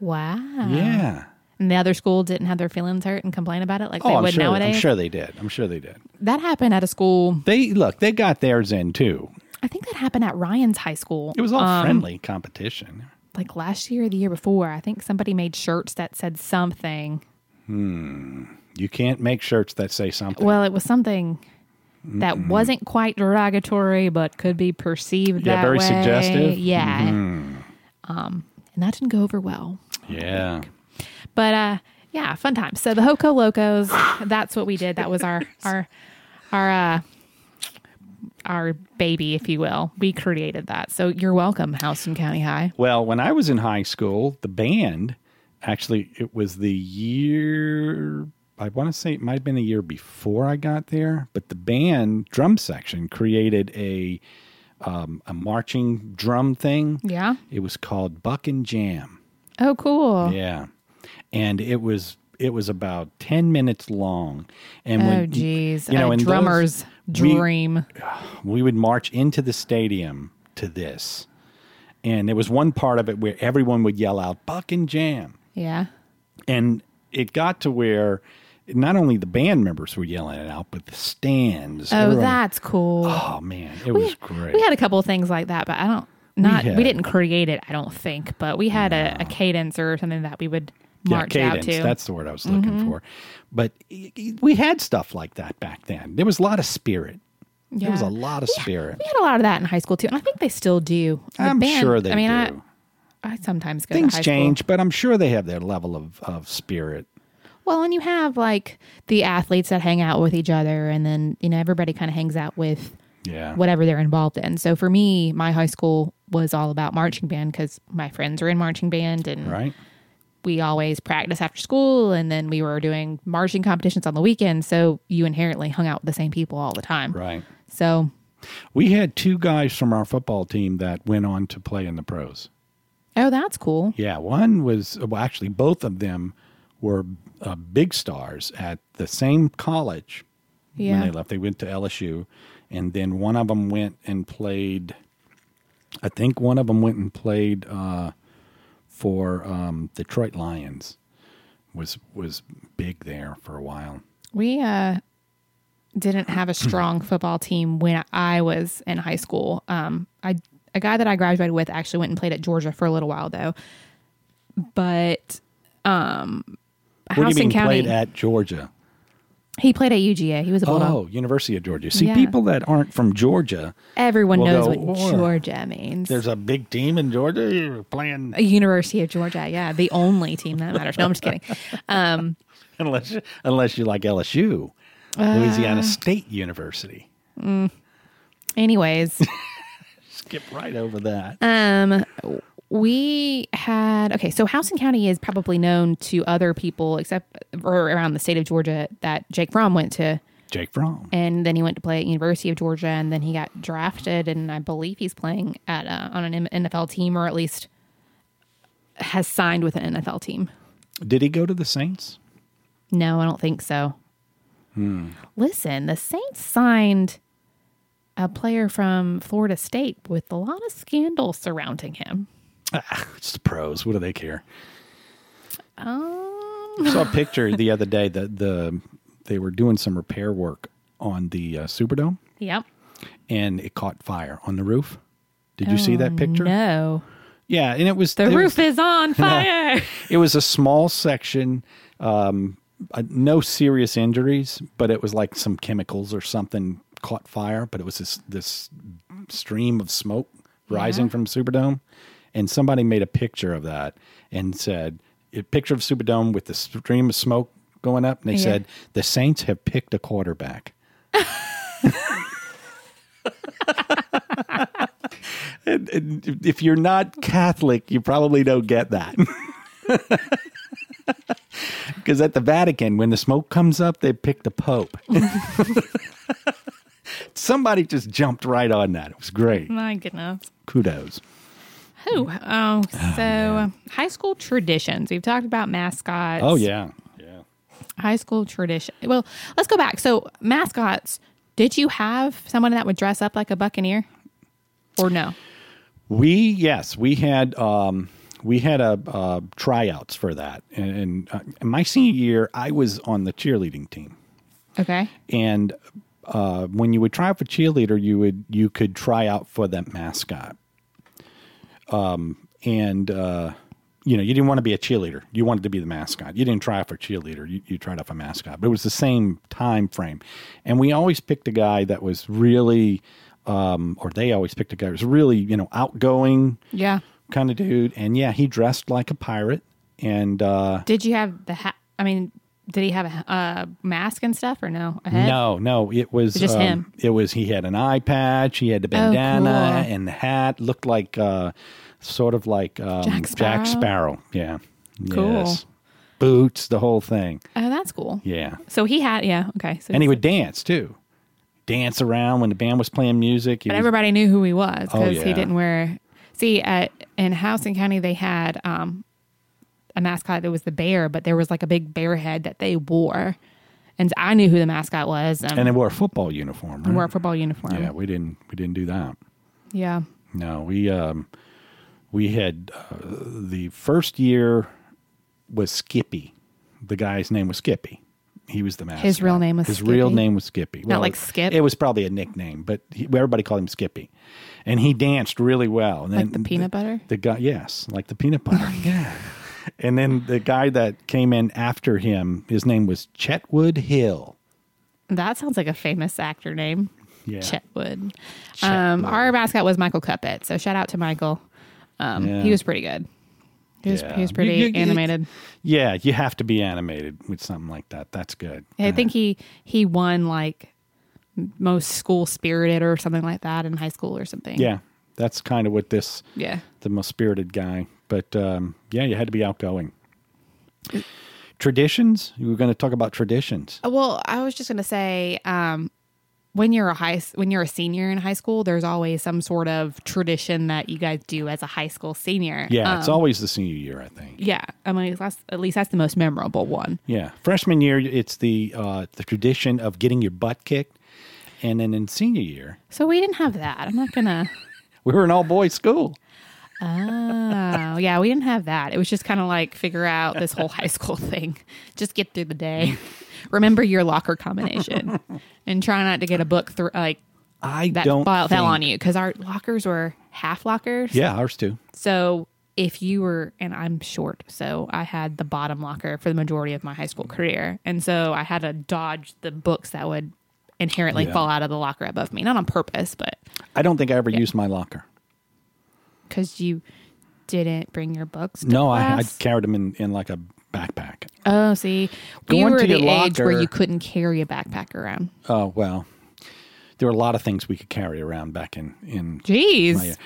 Wow. Yeah. And the other school didn't have their feelings hurt and complain about it eh? like they Oh, I'm would sure. nowadays. I'm sure they did. I'm sure they did. That happened at a school. They look. They got theirs in too. I think that happened at Ryan's high school. It was all um, friendly competition. Like last year or the year before. I think somebody made shirts that said something. You can't make shirts that say something. Well, it was something that wasn't quite derogatory, but could be perceived Yeah, that very way. suggestive. Mm-hmm. Yeah. Um, and that didn't go over well. yeah. But uh yeah, fun time. So the Hoco Locos, that's what we did. That was our our our uh our baby, if you will. We created that. So you're welcome, Houston County High. Well, when I was in high school, the band actually, it was the year, I want to say it might have been a year before I got there, but the band drum section created a, um, a marching drum thing. Yeah. It was called Buck and Jam. Oh, cool. Yeah. And it was it was about 10 minutes long and Oh, when geez. you know a in those- drummer's we- dream. we would march into the stadium to this. And there was one part of it where everyone would yell out, Buck and Jam. yeah. And it got to where not only the band members were yelling it out, but the stands. Oh, everyone- that's cool. Oh, man. It was great. We had a couple of things like that, but I don't not we, had- didn't create it, I don't think, but we had a, a cadence or something that we would march yeah, out Mm-hmm. cadence. to. That's the word I was looking for. But y- y- we had stuff like that back then. There was a lot of spirit. There was Yeah. a lot of spirit. we had a lot of that in high school too, and I think they still do. The I'm band- sure they I mean, do. I, I sometimes go to Things high school. change, but I'm sure they have their level of, of spirit. Well, and you have like the athletes that hang out with each other, and then you know everybody kind of hangs out with Yeah. whatever they're involved in. So for me, my high school was all about marching band because my friends were in marching band, and Right? we always practice after school, and then we were doing marching competitions on the weekend. So you inherently hung out with the same people all the time. Right. So We had two guys from our football team that went on to play in the pros. oh, that's cool. Yeah, one was well, actually both of them were uh, big stars at the same college when Yeah. they left. They went to LSU, and then one of them went and played. I think one of them went and played uh, for um, Detroit Lions. Was was big there for a while. We uh, didn't have a strong football team when I was in high school. Um, I a guy that I graduated with actually went and played at Georgia for a little while though, but um, what do you Houston mean County played at Georgia? he played at UGA. He was a bulldog. Oh, University of Georgia. See, Yeah. people that aren't from Georgia, Everyone Well, knows no, what or- Georgia means. there's a big team in Georgia you're playing a University of Georgia, yeah, the only team that matters. No, I'm just kidding. Um, unless unless you like LSU, Uh. Louisiana State University. anyways, Skip right over that. Um, we had okay. So Houston County is probably known to other people except or around the state of Georgia that Jake Fromm went to, Jake Fromm. and then he went to play at University of Georgia, and then he got drafted, and I believe he's playing at uh, on an NFL team or at least has signed with an NFL team. Did he go to the Saints? No, I don't think so. Listen, the Saints signed a player from Florida State with a lot of scandal surrounding him. It's the pros. What do they care? Um, I saw a picture the other day that the they were doing some repair work on the uh, Superdome, yep. and it caught fire on the roof. Did you see that picture? Oh, No. Yeah, and it was The it roof Was, is on fire. it was a small section. Um, uh, no serious injuries, but it was like some chemicals or something caught fire. But it was this this stream of smoke rising from Superdome, and somebody made a picture of that and said a picture of Superdome with the stream of smoke going up, and they Yeah. said the Saints have picked a quarterback. And- and if you're not Catholic, you probably don't get that. Because at the Vatican, when the smoke comes up, they pick the Pope. Somebody just jumped right on that. It was great. My goodness. Kudos. Who? Oh, so high school traditions. We've talked about mascots. Oh yeah, yeah. High school tradition. Well, let's go back. So mascots. Did you have someone that would dress up like a buccaneer, or no? We yes, we had um, we had a, uh tryouts for that, and, and uh, in my senior year, I was on the cheerleading team. Okay. and uh, when you would try out for cheerleader, you would you could try out for that mascot. Um, and uh, you know you didn't want to be a cheerleader; you wanted to be the mascot. You didn't try out for cheerleader; you, you tried out for mascot. But it was the same time frame, and we always picked a guy that was really, um, or they always picked a guy that was really you know outgoing Yeah. kind of dude. And yeah, he dressed like a pirate, and uh, Did you have the hat? I mean, Did he have a uh, mask and stuff or no? A head? No, no, it was um, Just him. Oh, It was he had an eye patch, he had the bandana cool. and the hat. Looked like uh, sort of like um, Jack Sparrow? Sparrow. Yeah, Cool. Boots, the whole thing. Oh, that's cool. Yeah, So he had, yeah, okay. So and he he's- would dance too, dance around when the band was playing music. He but was- everybody knew who he was because Oh, he yeah. didn't wear. See, at in Houston County, they had um, a mascot that was the bear, but there was like a big bear head that they wore, and I knew who the mascot was. Um, and they wore a football uniform. and right? wore a football uniform. yeah, we didn't we didn't do that. yeah. No, we um, we had uh, the first year was Skippy. The guy's name was Skippy. He was the mascot. real name was his real Skippy? name was Skippy. Not like Skip? It was probably a nickname, but he, everybody called him Skippy. And he danced really well. And Like then the peanut butter? The guy, yes, like the peanut butter. yeah. And then the guy that came in after him, his name was Chetwood Hill. That sounds like a famous actor name. Yeah. Chetwood. Um, our mascot was Michael Cuppet. So shout out to Michael. Um, Yeah. He was pretty good. He was, Yeah. he was pretty You- you- you- animated. Yeah, you have to be animated with something like that. That's good. I think he he won like most school spirited or something like that in high school or something. Yeah, that's kind of what this Yeah. the most spirited guy. But um, yeah, you had to be outgoing. Traditions. You were going to talk about traditions. Uh, Well, I was just gonna say, um, when you're a high when you're a senior in high school, there's always some sort of tradition that you guys do as a high school senior. Yeah, Um, it's always the senior year, I think. yeah. I mean, that's, at least that's the most memorable one. Yeah, freshman year, it's the uh, the tradition of getting your butt kicked, and then in senior year, So we didn't have that. I'm not gonna. we were an all boys school. Oh, yeah, we didn't have that. It was just kind of like figure out this whole high school thing. Just get through the day. Remember your locker combination and try not to get a book through like I that don't fell, fell think- on you because our lockers were half lockers. Yeah, ours too. So if you were, and I'm short, so I had the bottom locker for the majority of my high school career. And so I had to dodge the books that would inherently Yeah. fall out of the locker above me. Not on purpose, but I don't think I ever used my locker. because you didn't bring your books. To No, I, I class. carried them in, in like a backpack. Oh, see, we Going were to the your age where locker- you couldn't carry a backpack around. Oh well, there were a lot of things we could carry around back in in Jeez,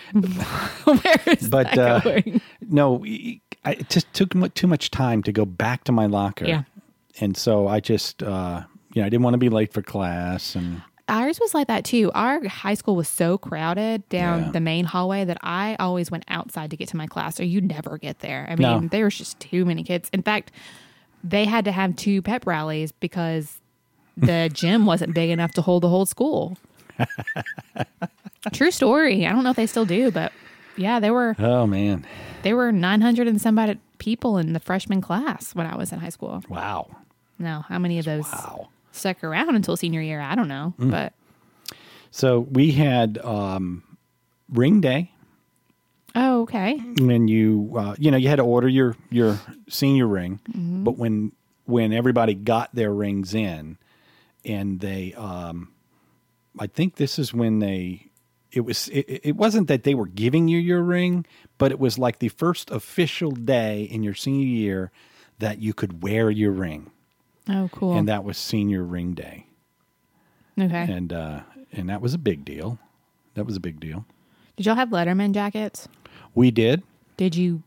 where is but that uh, going? no, e- I, it just took mu- too much time to go back to my locker. Yeah. And so I just, uh, you know, I didn't want to be late for class. And Ours was like that too. Our high school was so crowded down Yeah. the main hallway that I always went outside to get to my class, or you never get there. I mean, No. there was just too many kids. In fact, they had to have two pep rallies because the gym wasn't big enough to hold the whole school. True story. I don't know if they still do, but yeah, there were oh man, There were 900 and somebody people in the freshman class when I was in high school. wow, No, how many of those wow. stuck around until senior year? I don't know, Mm. but So we had um, ring day, oh, okay. when you uh, you know you had to order your your senior ring, but when when everybody got their rings in, and they, um, I think this is when they. It was. It, it- it wasn't that they were giving you your ring, but it was like the first official day in your senior year that you could wear your ring, Oh, cool. and that was senior ring day, okay. and uh, and that was a big deal. That was a big deal. Did y'all have Letterman jackets? We did. Did you?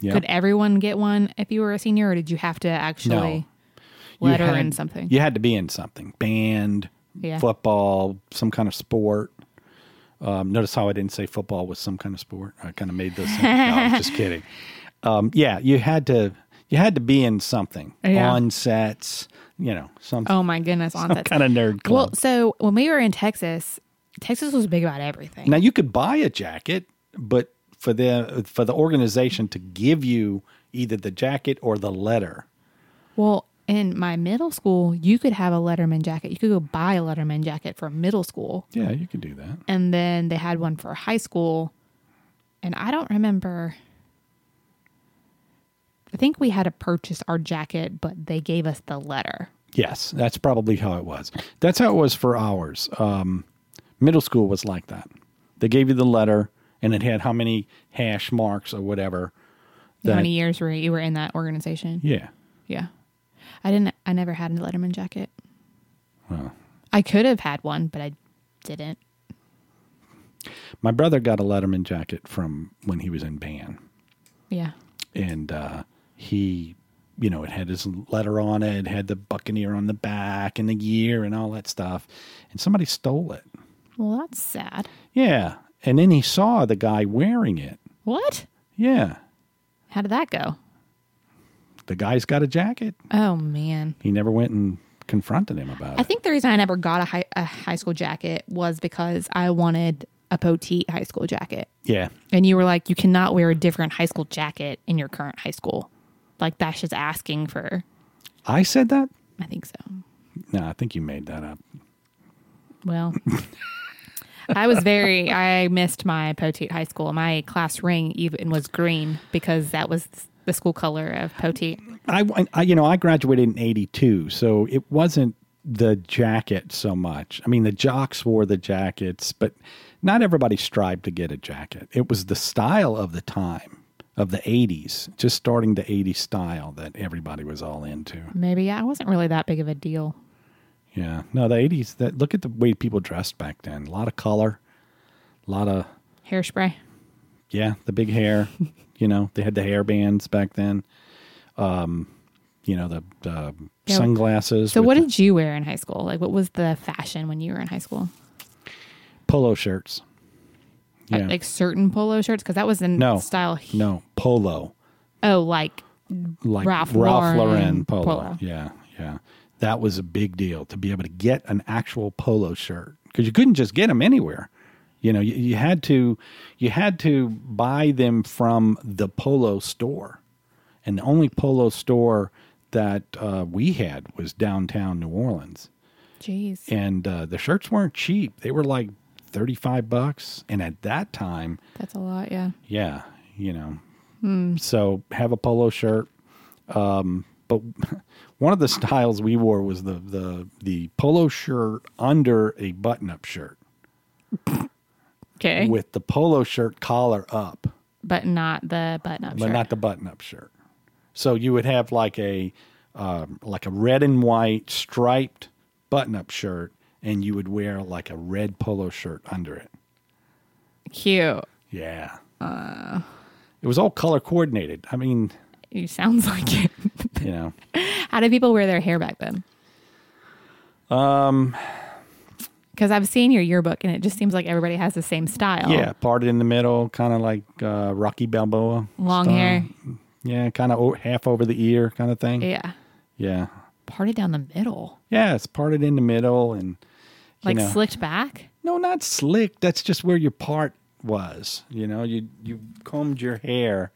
Yeah. Could everyone get one if you were a senior, or did you have to actually you letter had- in something? You had to be in something band, Yeah. football, some kind of sport. Um, notice how I didn't say football was some kind of sport. I kind of made this. no, I'm just kidding. Um, yeah, you had to you had to be in something Yeah. on sets. You know, some Oh my goodness, on that kind of nerd club. Well, so when we were in Texas, Texas was big about everything. now you could buy a jacket, but for the for the organization to give you either the jacket or the letter. Well, in my middle school, you could have a Letterman jacket. You could go buy a Letterman jacket for middle school. Yeah, you could do that. And then they had one for high school. And I don't remember. I think we had to purchase our jacket, but they gave us the letter. Yes, that's probably how it was. That's how it was for ours. Um, middle school was like that. They gave you the letter, and it had how many hash marks or whatever. How that- many years were you were in that organization? Yeah, Yeah. I didn't. I never had a Letterman jacket. I could have had one, but I didn't. My brother got a Letterman jacket from when he was in band, Yeah. and uh, he, you know, it had his letter on it, it had the Buccaneer on the back and the year and all that stuff, and somebody stole it. Well, that's sad. Yeah, and then he saw the guy wearing it. What? Yeah, How did that go? the guy's got a jacket. Oh man. He never went and confronted him about I it. think the reason I never got a high, a high school jacket was because I wanted a petite high school jacket. Yeah, And you were like, you cannot wear a different high school jacket in your current high school. Like, that's just asking for, I said that. I think so. No, I think you made that up. Well, I was very, I missed my Poteet High School. My class ring even was green because that was the school color of Poteet. I, I- you know, I graduated in '82, so it wasn't the jacket so much. I mean, the jocks wore the jackets, but not everybody strived to get a jacket. It was the style of the time of the '80s, just starting the '80s style that everybody was all into. Maybe I wasn't really that big of a deal. Yeah, no, the '80s. That look at the way people dressed back then. A lot of color, a lot of Hairspray. yeah, the big hair. you know, they had the hair bands back then. Um, you know the, the Yeah. sunglasses. So, with what the- did you wear in high school? Like, what was the fashion when you were in high school? polo shirts. Like- Yeah. Like certain polo shirts? Because that was in No. style. no, polo. Oh, like, Like Ralph Lauren Ralph, Lauren polo. polo. Yeah, yeah. That was a big deal to be able to get an actual polo shirt because you couldn't just get them anywhere. You know, you, you had to you had to buy them from the polo store, and the only polo store that uh, we had was downtown New Orleans. jeez. And uh, the shirts weren't cheap; they were like thirty five bucks. And at that time, That's a lot, yeah. Yeah, you know. So have a polo shirt. Um, but one of the styles we wore was the the the polo shirt under a button up shirt Okay. with the polo shirt collar up, but not the button up but shirt. not the button up shirt. So you would have like a um, like a red and white striped button up shirt, and you would wear like a red polo shirt under it. Cute. Yeah. it was all color coordinated. I mean, It sounds like it. you know. How did people wear their hair back then? Um, Um, because I've seen your yearbook and it just seems like everybody has the same style. Yeah, parted in the middle, kind of like uh, Rocky Balboa. long style. Mm-hmm. hair. Yeah, kind of o- half over the ear kind of thing. Yeah. Yeah, yeah. parted down the middle, it's parted in the middle and you like know- slicked back. no, not slick. That's just where your part was. You know, you you combed your hair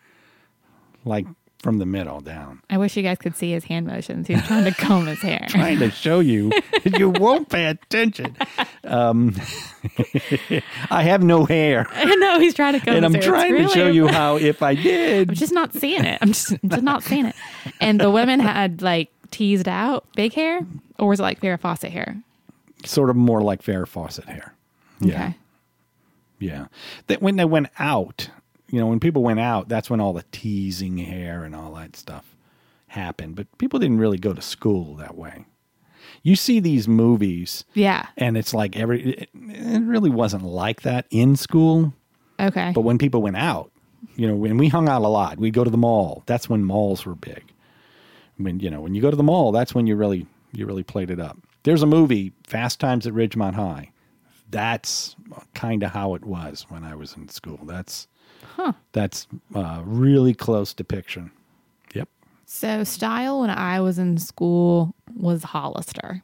like from the middle down. I wish you guys could see his hand motions. He's trying to comb his hair. Trying to show you, you won't pay attention. Um, I have no hair, no, he's trying to comb. and his hair. I'm It's trying to really- show you how if I I'm did, just not seeing it. I'm just, I'm just not seeing it. And the women had like teased out big hair, or was it like Farrah Fawcett hair? sort of more like Farrah Fawcett hair. Yeah. Okay. Yeah. That when they went out, you know, when people went out, that's when all the teasing hair and all that stuff happened. But people didn't really go to school that way. You see these movies Yeah. and it's like every it, it really wasn't like that in school, Okay. but when people went out, you know, when we hung out a lot, we'd go to the mall. That's when malls were big. When you know, when you go to the mall, that's when you really you really played it up. There's a movie, Fast Times at Ridgemont High. That's kind of how it was when I was in school. That's that's uh, really close depiction. Yep. So style when I was in school was Hollister.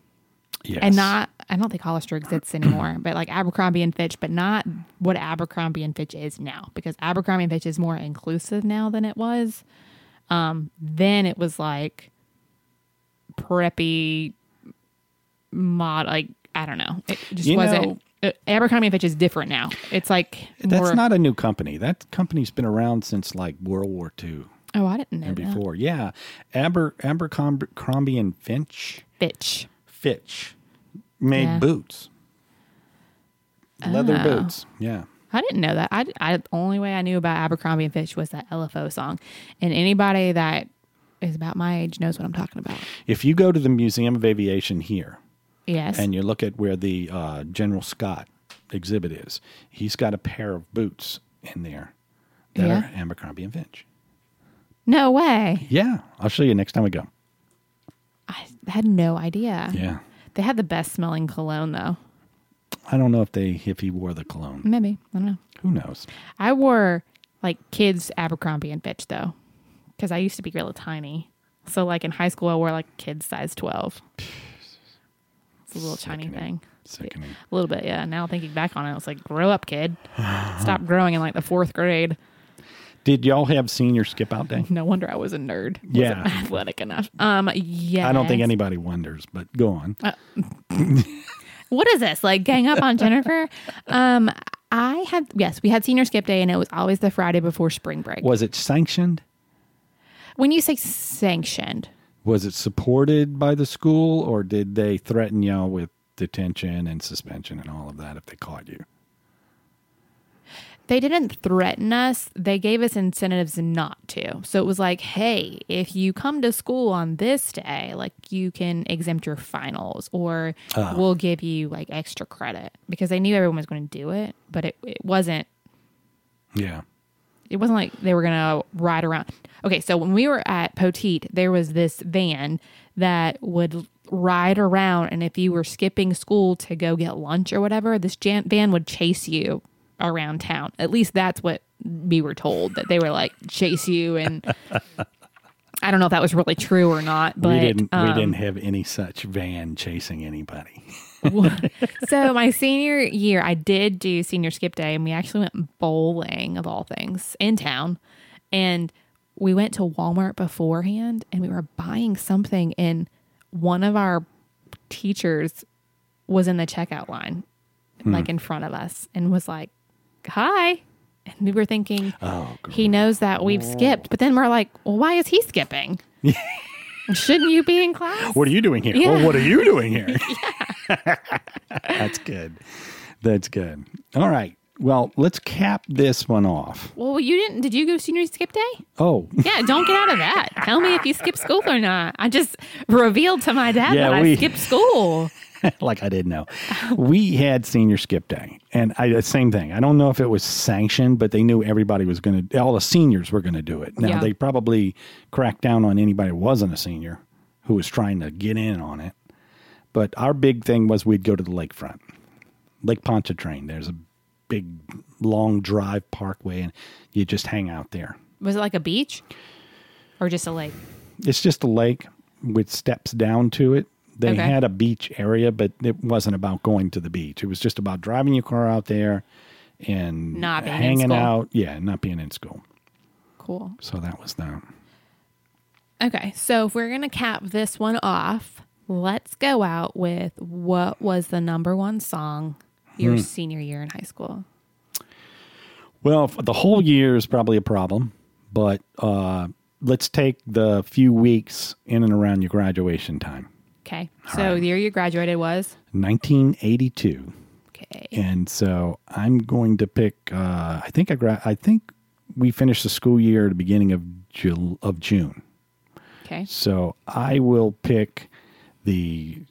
Yes. And not I don't think Hollister exists anymore, but like Abercrombie and Fitch, but not what Abercrombie and Fitch is now because Abercrombie and Fitch is more inclusive now than it was. Um then it was like preppy mod like I don't know. It just You wasn't uh, Abercrombie and Fitch is different now. It's like that's more- not a new company. That company's been around since like World War II Oh, I didn't know and that. before. Yeah. Aber Abercrombie and Finch. Fitch. Fitch made Yeah. boots, leather Oh. boots. Yeah, I didn't know that. I, I the only way I knew about Abercrombie and Fitch was that LFO song, and anybody that is about my age knows what I'm talking about. If you go to the Museum of Aviation here Yes. and you look at where the uh, General Scott exhibit is, he's got a pair of boots in there that Yeah. are Abercrombie and Finch. no way. Yeah, I'll show you next time we go. I had no idea. Yeah, They had the best smelling cologne though. I don't know if they if he wore the cologne. Maybe. I don't know. Who knows? I wore like kids Abercrombie and Fitch though, because I used to be really tiny. So like in high school, I wore like kids size twelve. It's a little tiny Sickening. thing. Sickening. A little bit, yeah. Now thinking back on it, it's like grow up, kid. Stop growing in like the fourth grade. Did y'all have senior skip out day? No wonder I was a nerd. Wasn't Yeah. athletic enough. Um, yeah. I don't think anybody wonders, but go on. Uh, what is this like gang up on jennifer um i had yes we had senior skip day and it was always the friday before spring break Was it sanctioned? when you say sanctioned Was it supported by the school, or did they threaten y'all with detention and suspension and all of that if they caught you? they didn't threaten us they gave us incentives not to so it was like hey if you come to school on this day like you can exempt your finals or Ah. we'll give you like extra credit because they knew everyone was going to do it but it, it wasn't Yeah. it wasn't like they were gonna ride around. Okay, so when we were at Poteet, there was this van that would ride around, and if you were skipping school to go get lunch or whatever, this jan- van would chase you around town. At least that's what we were told that they were like chase you, and I don't know if that was really true or not. But we didn't. we um, didn't have any such van chasing anybody. so my senior year, I did do senior skip day, and we actually went bowling of all things in town, and we went to Walmart beforehand, and we were buying something, and one of our teachers was in the checkout line, Hmm. like in front of us, and was like, "Hi." And we were thinking, Oh, gr- he knows that we've skipped, but then we're like, well, why is he skipping? Shouldn't you be in class? what are you doing here? Yeah. Well, what are you doing here? That's good. That's good. All right. Well, let's cap this one off. Well, you didn't. Did you go senior skip day? Oh, Yeah, don't get out of that. Tell me if you skip school or not. I just revealed to my dad Yeah, that we- I skipped school. like I didn't know. We had senior skip day, and I the same thing. I don't know if it was sanctioned, but they knew everybody was going to. All the seniors were going to do it. Now Yeah. they probably cracked down on anybody who wasn't a senior who was trying to get in on it. But our big thing was we'd go to the lakefront, Lake Pontchartrain. There's a big long drive parkway, and you just hang out there. Was it like a beach or just a lake? It's just a lake with steps down to it. They Okay. had a beach area, but it wasn't about going to the beach. It was just about driving your car out there and Not being in hanging school. out. Yeah, not being in school. Cool. So that was that. Okay, so if we're gonna cap this one off, let's go out with what was the number one song your Hmm. senior year in high school? Well, f- the whole year is probably a problem, but uh, let's take the few weeks in and around your graduation time. Okay, so the year you graduated was 1982. okay. and so I'm going to pick. Uh, I think I gra- I think we finished the school year at the beginning of Jul- of June. Okay, So I will pick the.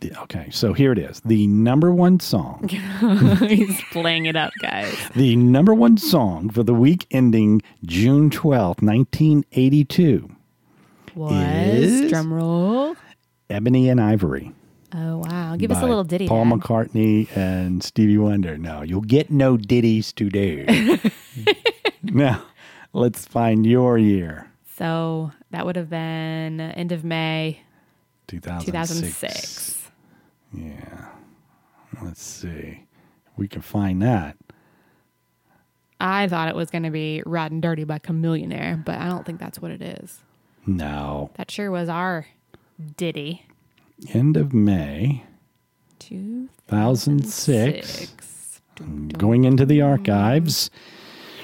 the okay, so here it is. The number one song. he's playing it up, guys. the number one song for the week ending June twelfth, nineteen eighty two. Was Is- drum roll? Ebony and Ivory. Oh wow! Give us a by little ditty. Paul Dad. McCartney and Stevie Wonder. No, you'll get no ditties today. now, let's find your year. So that would have been end of May 2006. 2006. Yeah. Let's see. We can find that. I thought it was going to be Rotten Dirty by Chameleonaire, but I don't think that's what it is. No. That sure was our ditty. End of May 2006. 2006. Going into the archives.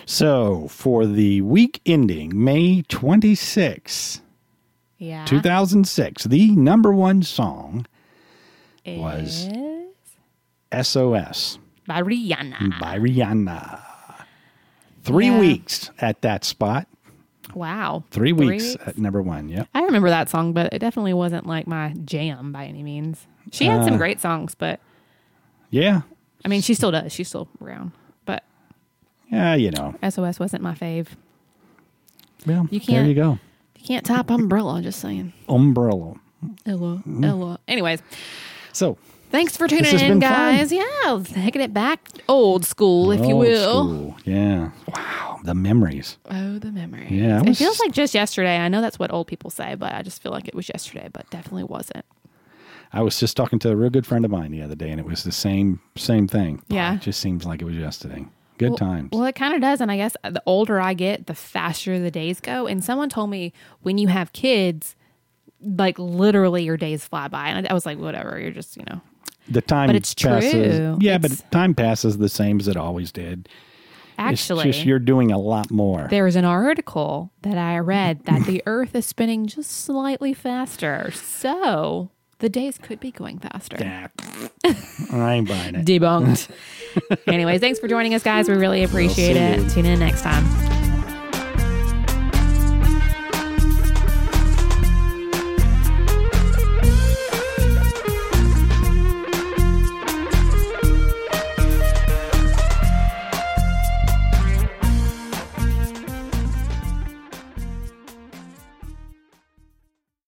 So, for the week ending May 26, Uh-huh. Yeah. 2006, the number one song was- is SOS by Rihanna. by Rihanna. Three Yeah. weeks at that spot. Wow. Three weeks at number one. Yep. I remember that song, but it definitely wasn't like my jam by any means. She had Uh. some great songs, but Yeah. I mean, she still does. She's still around. But Yeah, you know. SOS wasn't my fave. Well, You there can't- you go. You can't top umbrella, just saying. Umbrella. Ella, Ella. Anyways, So, thanks for tuning has in, been fun. guys. Yeah, taking it back old school, if you old will. school. Yeah. Wow. The memories. Oh, the memory. Yeah, I it was- feels like just yesterday. I know that's what old people say, but I just feel like it was yesterday, but definitely wasn't. I was just talking to a real good friend of mine the other day, and it was the same same thing. Yeah. It just seems like it was yesterday. Good times. Well, it kind of does. And I guess the older I get, the faster the days go. And someone told me when you have kids, like literally your days fly by. And I, I was like, whatever, you're just, you know. the time but it's passes. true. Yeah, It's- but time passes the same as it always did. Actually, it's just you're doing a lot more. there was an article that I read that the earth is spinning just slightly faster. So the days could be going faster. Yeah. I ain't buying it. Debunked. Anyways, thanks for joining us, guys. We really appreciate We'll it. see you. Tune in next time.